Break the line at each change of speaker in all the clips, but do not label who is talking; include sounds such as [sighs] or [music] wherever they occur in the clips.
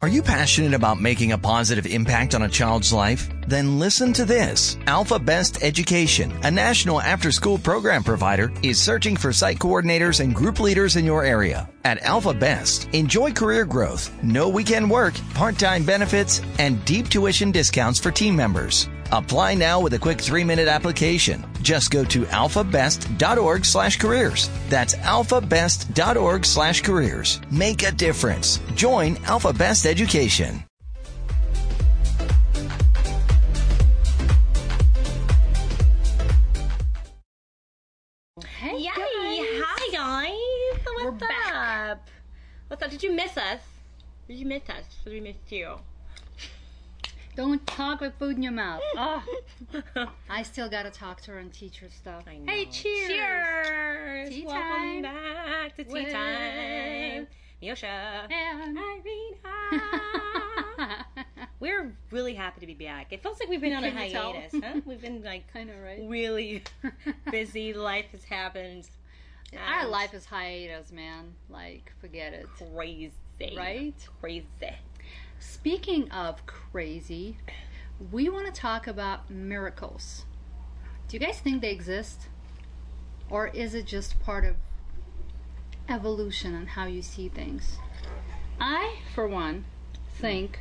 Are you passionate about making a positive impact on a child's life? Then listen to this. Alpha Best Education, a national after school program provider, is searching for site coordinators and group leaders in your area. At Alpha Best, enjoy career growth, no weekend work, part time benefits, and deep tuition discounts for team members. Apply now with a quick three minute application. Just go to alphabest.org slash careers. That's alphabest.org slash careers. Make a difference. Join Alpha Best Education.
Hey,
Yay!
guys.
Hi guys. What's
We're back.
up? What's up? Did you miss us? Did you miss us? 'Cause we missed you.
Don't talk with food in your mouth.
[laughs]
Oh, I still gotta talk to her on teacher stuff.
I
Hey,
know.
cheers!
Cheers!
Tea time.
Welcome back to tea
With-
time. Miosha.
And- [laughs]
Irina. We're really happy to be back. It feels like we've been on a
Can you tell?
hiatus,
[laughs]
huh? We've been like
Kinda right. [laughs]
really busy. Life has happened.
Our
And
life is hiatus, man. Like, forget it.
crazy,
Right?
Crazy.
Speaking of crazy, we want to talk about miracles. Do you guys think they exist? Or is it just part of evolution and how you see things? I, for one, think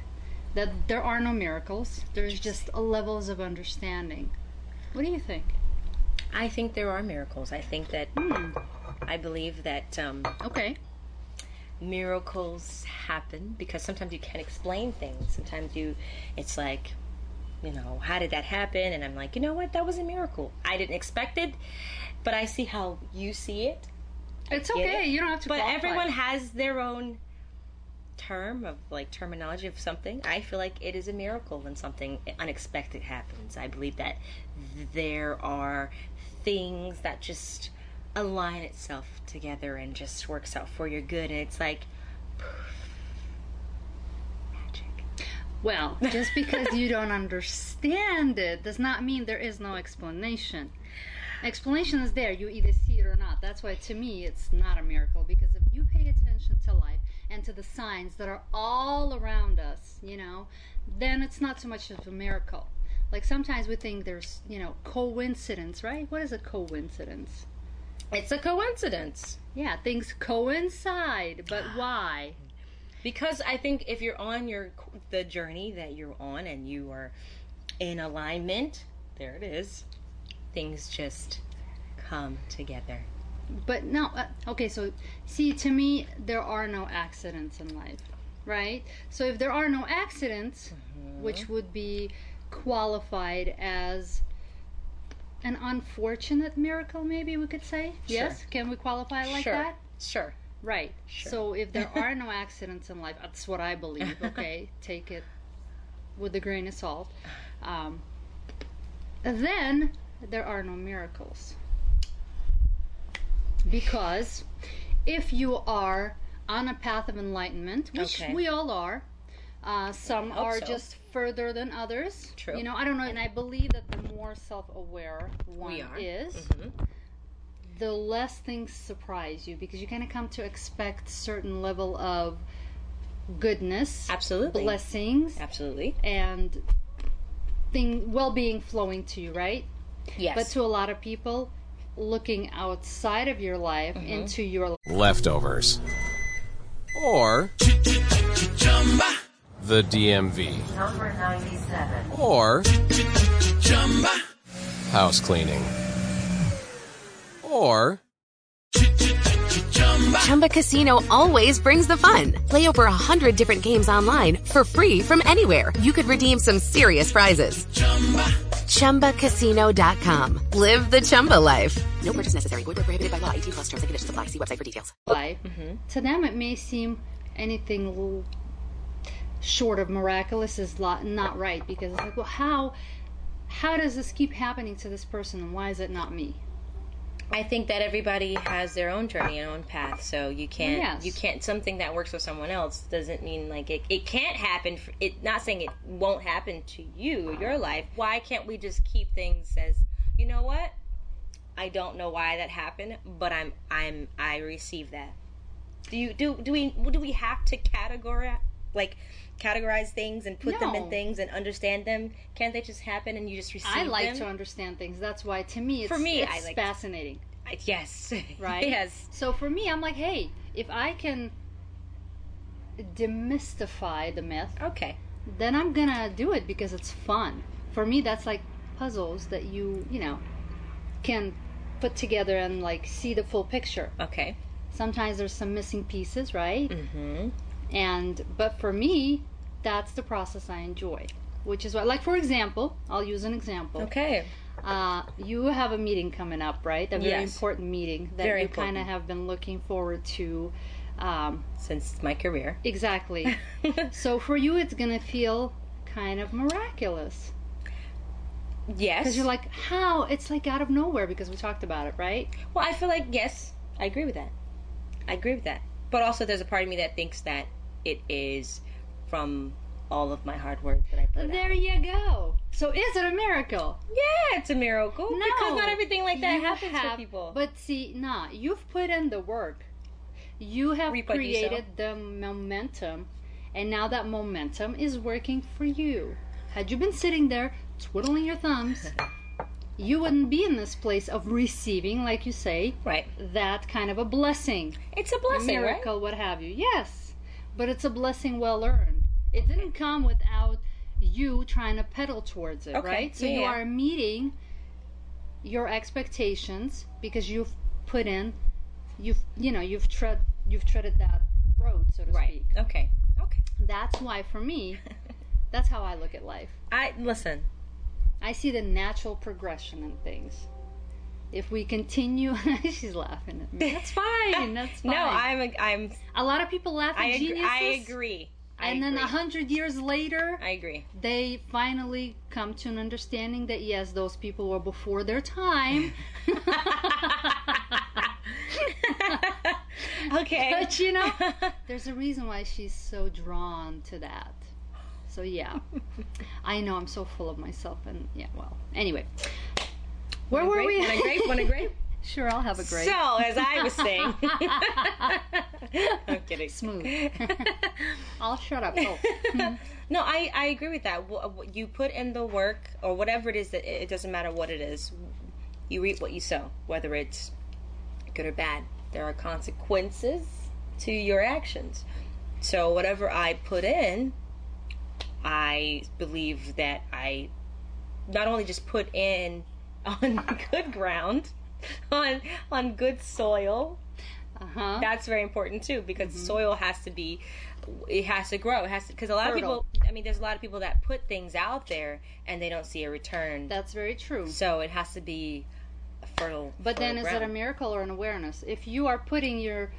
that there are no miracles, there's just levels of understanding. What do you think?
I think there are miracles. I think that I believe that um,
Okay.
miracles happen because sometimes you can't explain things. Sometimes you, it's like, you know, how did that happen? And I'm like, you know what? That was a miracle. I didn't expect it, but I see how you see it.
It's
Get
okay.
it?
You don't have to
But
qualify.
everyone has their own term of like terminology of something. I feel like it is a miracle when something unexpected happens. I believe that there are things that just align itself together and just works out for your good and it's like [sighs] magic.
Well, just because you don't understand it does not mean there is no explanation. Explanation is there. You either see it or not. That's why, to me, it's not a miracle because if you pay attention to life and to the signs that are all around us, you know, then it's not so much of a miracle. Like sometimes we think there's, you know, coincidence, right? What is a coincidence?
It's a coincidence.
Yeah, things coincide, but why?
because I think if you're on your the journey that you're on and you are in alignment, there it is. Things just come together.
But no, uh, okay, so see, to me, there are no accidents in life, right? So if there are no accidents, which would be qualified as an unfortunate miracle, maybe we could say? Yes? Can we qualify it like
sure.
that?
Sure.
Right. So if there are
[laughs]
no accidents in life, that's what I believe, okay? Take it with a grain of salt. Um, then there are no miracles. Because if you are on a path of enlightenment, which
Okay.
we all are, uh, some
hope
are
so.
just further than others.
True.
You know, I don't know, and I believe that the more self aware one
are.
Um,
Mm-hmm.
is, the less things surprise you because you kind of come to expect certain level of goodness,
Absolutely.
blessings,
Absolutely.
and thing well-being flowing to you, right?
Yes.
But to a lot of people, looking outside of your life
Mm-hmm.
into your
leftovers, or the DMV,
Number 97.
or house cleaning, or
Chumba Casino always brings the fun. Play over a hundred different games online for free from anywhere. You could redeem some serious prizes. ChumbaCasino.com. Live the Chumba life. No purchase necessary. Void where prohibited by law. 18 plus terms and conditions apply. See website for details.
life.
Mm-hmm.
To them, it may seem anything l- short of miraculous is lo- not right because it's like, well, how how does this keep happening to this person, and why is it not me?
I think that everybody has their own journey and own path, so you can't
Yes.
you can't something that works for someone else doesn't mean like it, it can't happen. For, it not saying it won't happen to you your life. Why can't we just keep things as you know what? I don't know why that happened, but I'm I'm I receive that. Do you do do we do we have to categorize like categorize things and put them in
No.
things and understand them? Can't they just happen and you just receive
I like
them?
to understand things. That's why to me it's,
For me,
it's
I like- [laughs]
fascinating,
I- yes.
right?
yes.
So for me, I'm like, hey, if I can demystify the myth,
Okay.
then I'm gonna do it because it's fun. For me, that's like puzzles that you you know can put together and like see the full picture.
Okay.
Sometimes there's some missing pieces, right? Mm-hmm. And but for me, that's the process I enjoy, which is why. Like for example, I'll use an example.
Okay.
Uh, you have a meeting coming up, right? A very
Yes.
important meeting that
Very
you kind of
important.
have been looking forward to. Um,
Since my career.
exactly.
[laughs]
so for you, it's gonna feel kind of miraculous.
Yes.
Because you're like, how? It's like out of nowhere because we talked about it, right?
Well, I feel like yes, I agree with that. I agree with that. But also, there's a part of me that thinks that it is from all of my hard work that I put
There
out.
you go. So is it a miracle?
Yeah, it's a miracle.
No.
because not everything like that
You
happens for
have-
people.
But see, nah, you've put in the work. You have
Reap what you sow.
created the momentum, and now that momentum is working for you. Had you been sitting there twiddling your
[laughs]
thumbs, you wouldn't be in this place of receiving, like you say,
right,
that kind of a blessing.
it's a blessing,
miracle, what have you. Yes, but it's a blessing well earned. It didn't come without you trying to pedal towards it,
Okay,
right? So
yeah,
you
yeah.
are meeting your expectations because you've put in, you've you know you've tread you've treaded that road, so to
right? Right.
speak.
Okay. Okay.
That's why for
[laughs]
me, that's how I look at life.
I listen.
I see the natural progression in things. If we continue, [laughs] she's laughing at
[laughs]
me. That's fine. That's fine.
No, I'm. A, I'm.
A lot of people laugh at
I agree.
geniuses.
I agree. I
and then
agree.
a hundred years later,
I [laughs] agree.
they finally come to an understanding that yes, those people were before their time,
okay.
but you know, there's a reason why she's so drawn to that. So yeah, I know I'm so full of myself, and yeah, well, anyway, where were
Grape,
we?
[laughs] Want a grape? Want a grape?
[laughs] sure, I'll have a grape.
So, as I was [laughs] saying, I'm kidding.
Smooth. [laughs] I'll shut up. Oh,
No, I, I agree with that. Wh- wh- You put in the work or whatever it is that it doesn't matter what it is. You reap what you sow, whether it's good or bad. There are consequences to your actions. So whatever I put in, I believe that I not only just put in [laughs] on good ground, [laughs] on on good soil,
uh-huh. Mm-hmm.
that's very important too because soil has to be it has to grow it has to because a lot
Fertile.
of people i mean there's a lot of people that put things out there and they don't see a return
That's very true.
so it has to be a fertile
But then, is it a miracle or an awareness? If you are putting your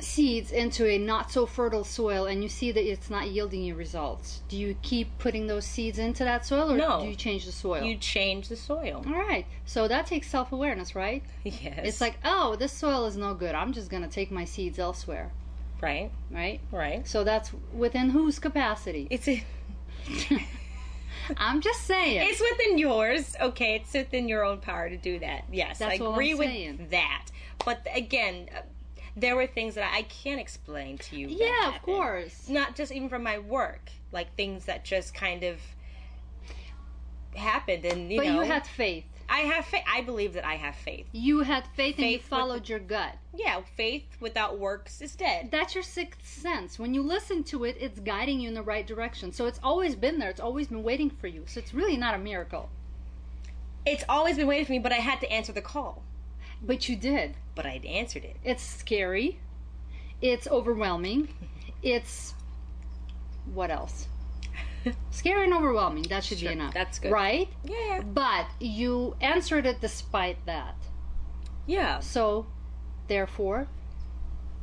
seeds into a not so fertile soil and you see that it's not yielding you results, do you keep putting those seeds into that soil or
No.
do you change the soil?
you change the soil [laughs]
All right. So that takes self awareness, right?
yes
It's like, oh, this soil is no good. I'm just going to take my seeds elsewhere,
right
right?
right
So that's within whose capacity?
it's a,
I'm just saying.
it's within yours okay it's within your own power to do that yes
That's
i
what I'm
agree with
saying.
that but again uh, there were things that i can't explain to you that
yeah, of
happened.
course.
not just even from my work, like things that just kind of happened. And you
But
know,
you had faith.
I have faith. I believe that I have faith.
You had faith, and you
Faith with the-
followed your gut.
Yeah, faith without works is dead.
that's your sixth sense. When you listen to it, it's guiding you in the right direction. So it's always been there. It's always been waiting for you. So it's really not a miracle.
It's always been waiting for me, but I had to answer the call.
But you did.
But I'd answered it.
It's scary. It's
[laughs]
overwhelming. It's what else? scary and overwhelming. That should
Sure,
be enough.
that's good.
Right?
Yeah,
But you answered it despite that.
yeah.
So therefore,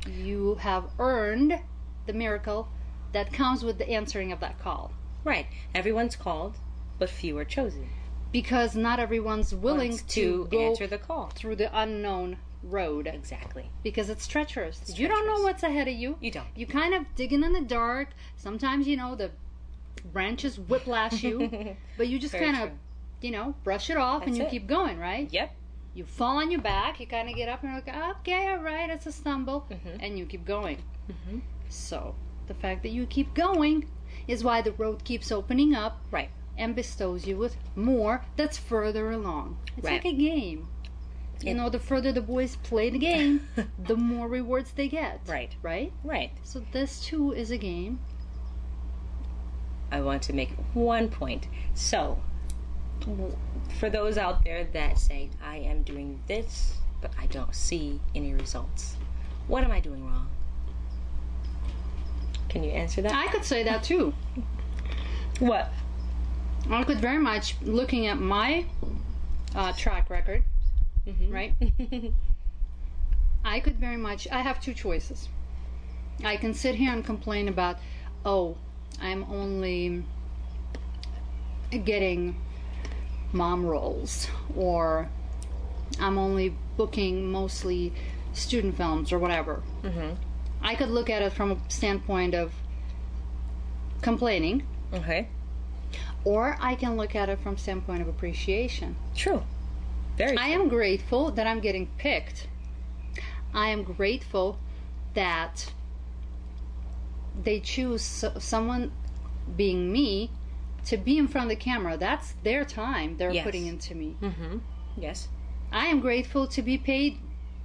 you have earned the miracle that comes with the answering of that call.
Right. Everyone's called, but few are chosen.
because not everyone's willing
Wants
to, go
answer the call.
through the unknown road
Exactly.
because it's treacherous. You don't know
treacherous.
what's ahead of you.
You don't.
You kind of digging in the dark. Sometimes you know the branches whiplash
[laughs]
you, but you just
Very
kind of
true.
you know brush it off and
That's
you
it.
keep going, right?
Yep.
You fall on your back. You kind of get up and you're like, okay, all right,
Mm-hmm.
it's a stumble, and you keep going. So the fact that you keep going is why the road keeps opening up
Right.
and bestows you with more that's further along. It's
Right.
like a game. You know, the further the boys play the
[laughs]
game, the more rewards they get.
Right.
Right?
Right.
So this too is a game.
I want to make one point. So, w- for those out there that say, I am doing this, but I don't see any results, what am I doing wrong? Can you answer that?
I could say that too.
what?
I could very much looking at my uh, track record, right? I could very much. I have two choices. I can sit here and complain about, oh, I'm only getting mom roles, or I'm only booking mostly student films or whatever. I could look at it from a standpoint of complaining
Okay.
or I can look at it from standpoint of appreciation.
True. Very
I am grateful that I'm getting picked. I am grateful that they choose so- someone being me to be in front of the camera. That's their time they're
Yes.
putting into me.
Yes.
I am grateful to be paid,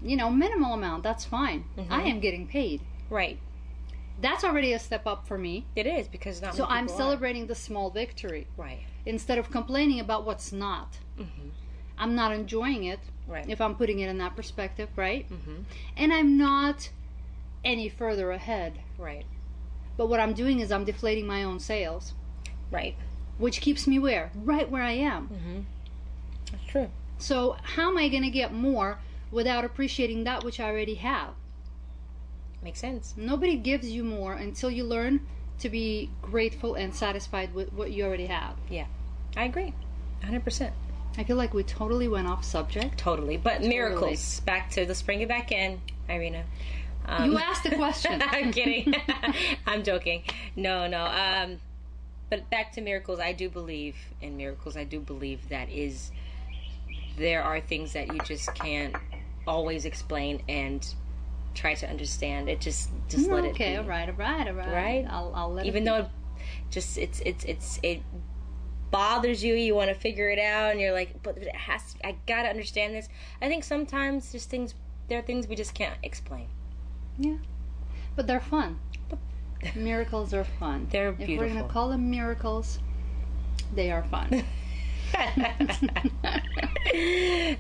you know, minimal amount. That's fine. I am getting paid.
Right.
That's already a step up for me.
It is because not
So
many
I'm
people are.
celebrating the small victory.
Right.
instead of complaining about what's not. I'm not enjoying it
Right.
if I'm putting it in that perspective, right? And I'm not any further ahead.
Right.
But what I'm doing is I'm deflating my own sales,
Right.
which keeps me where? Right where I am.
That's true.
So, how am I going to get more without appreciating that which I already have?
Makes sense.
Nobody gives you more until you learn to be grateful and satisfied with what you already have.
Yeah. I agree. 100%.
I feel like we totally went off subject.
Totally. But miracles. Back to let's bring it back in, Irina. [laughs]
You asked the question.
I'm kidding. [laughs] I'm joking. No, no. Um, but back to miracles, I do believe in miracles. I do believe that is there are things that you just can't always explain and try to understand. It just just let it
okay,
be.
all right, all right, all right.
Right?
I'll, I'll let
Even
it
though it just it's it's it's it bothers you, you want to figure it out, and you're like, but it has. I gotta understand this. I think sometimes there's things there are things we just can't explain. [laughs]
be. yeah, but they're fun. miracles are fun.
They're
if we're
beautiful.
gonna call them miracles, they are
[laughs]
fun.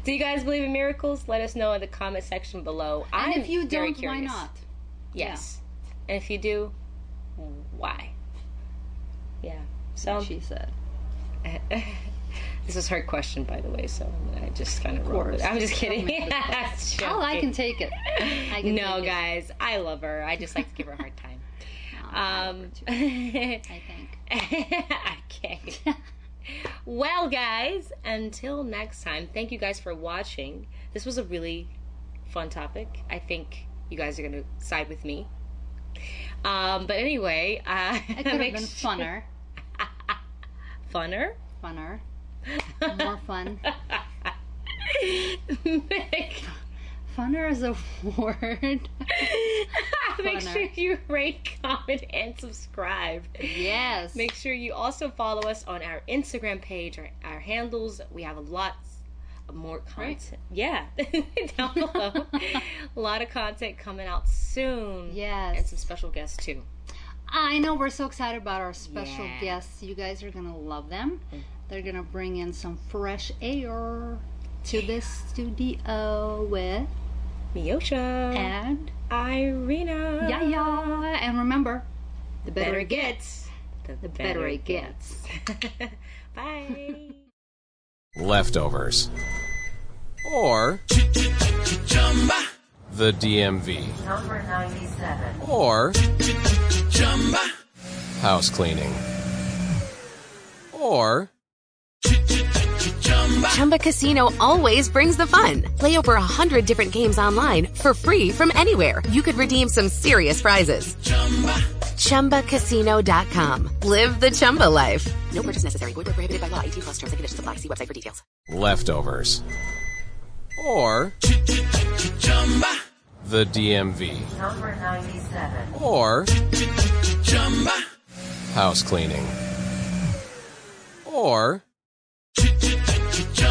Do you guys believe in miracles? Let us know in the comment section below.
and if you
very
don't, why
curious.
not?
Yes. And if you do, why? Yeah. So
She said.
this is her question, by the way. So I just kind of rolled with it. I'm just kidding. [laughs]
Well, I can take it. I can
no,
take it.
guys, I love her. I just like to give her a hard
[laughs]
time. Um,
I think.
[laughs] okay. well, guys, until next time, thank you guys for watching. This was a really fun topic. I think you guys are going to side with me. Um, but anyway, uh, [laughs]
It could have been funner,
funner. [laughs]
funner, more fun.
make, [laughs]
Funner is a [laughs] word.
make
Funner.
sure you rate, [laughs] comment, and subscribe.
yes.
Make sure you also follow us on our Instagram page, our, our handles. We have lots of more content. Yeah, [laughs] down below.
[laughs]
a lot of content coming out soon.
Yes.
And some special guests too.
I know we're so excited about our special
Yeah.
guests. You guys are gonna love them. They're gonna bring in some fresh air to this studio with Mm-hmm.
Miosha.
and
Irina.
yeah yeah. And remember, the better,
Better
it
it
gets,
gets. The,
the better it gets.
gets. [laughs] Bye.
Leftovers. Or. The DMV.
Number 97.
Or. House cleaning. Or.
Chumba Casino always brings the fun. Play over a hundred different games online for free from anywhere. You could redeem some serious prizes. ChumbaCasino.com. Live the Chumba life. No purchase necessary. Void where prohibited by law. 18 plus terms and conditions apply. See website for details.
Leftovers. Or. The DMV.
Number 97.
Or. house cleaning, or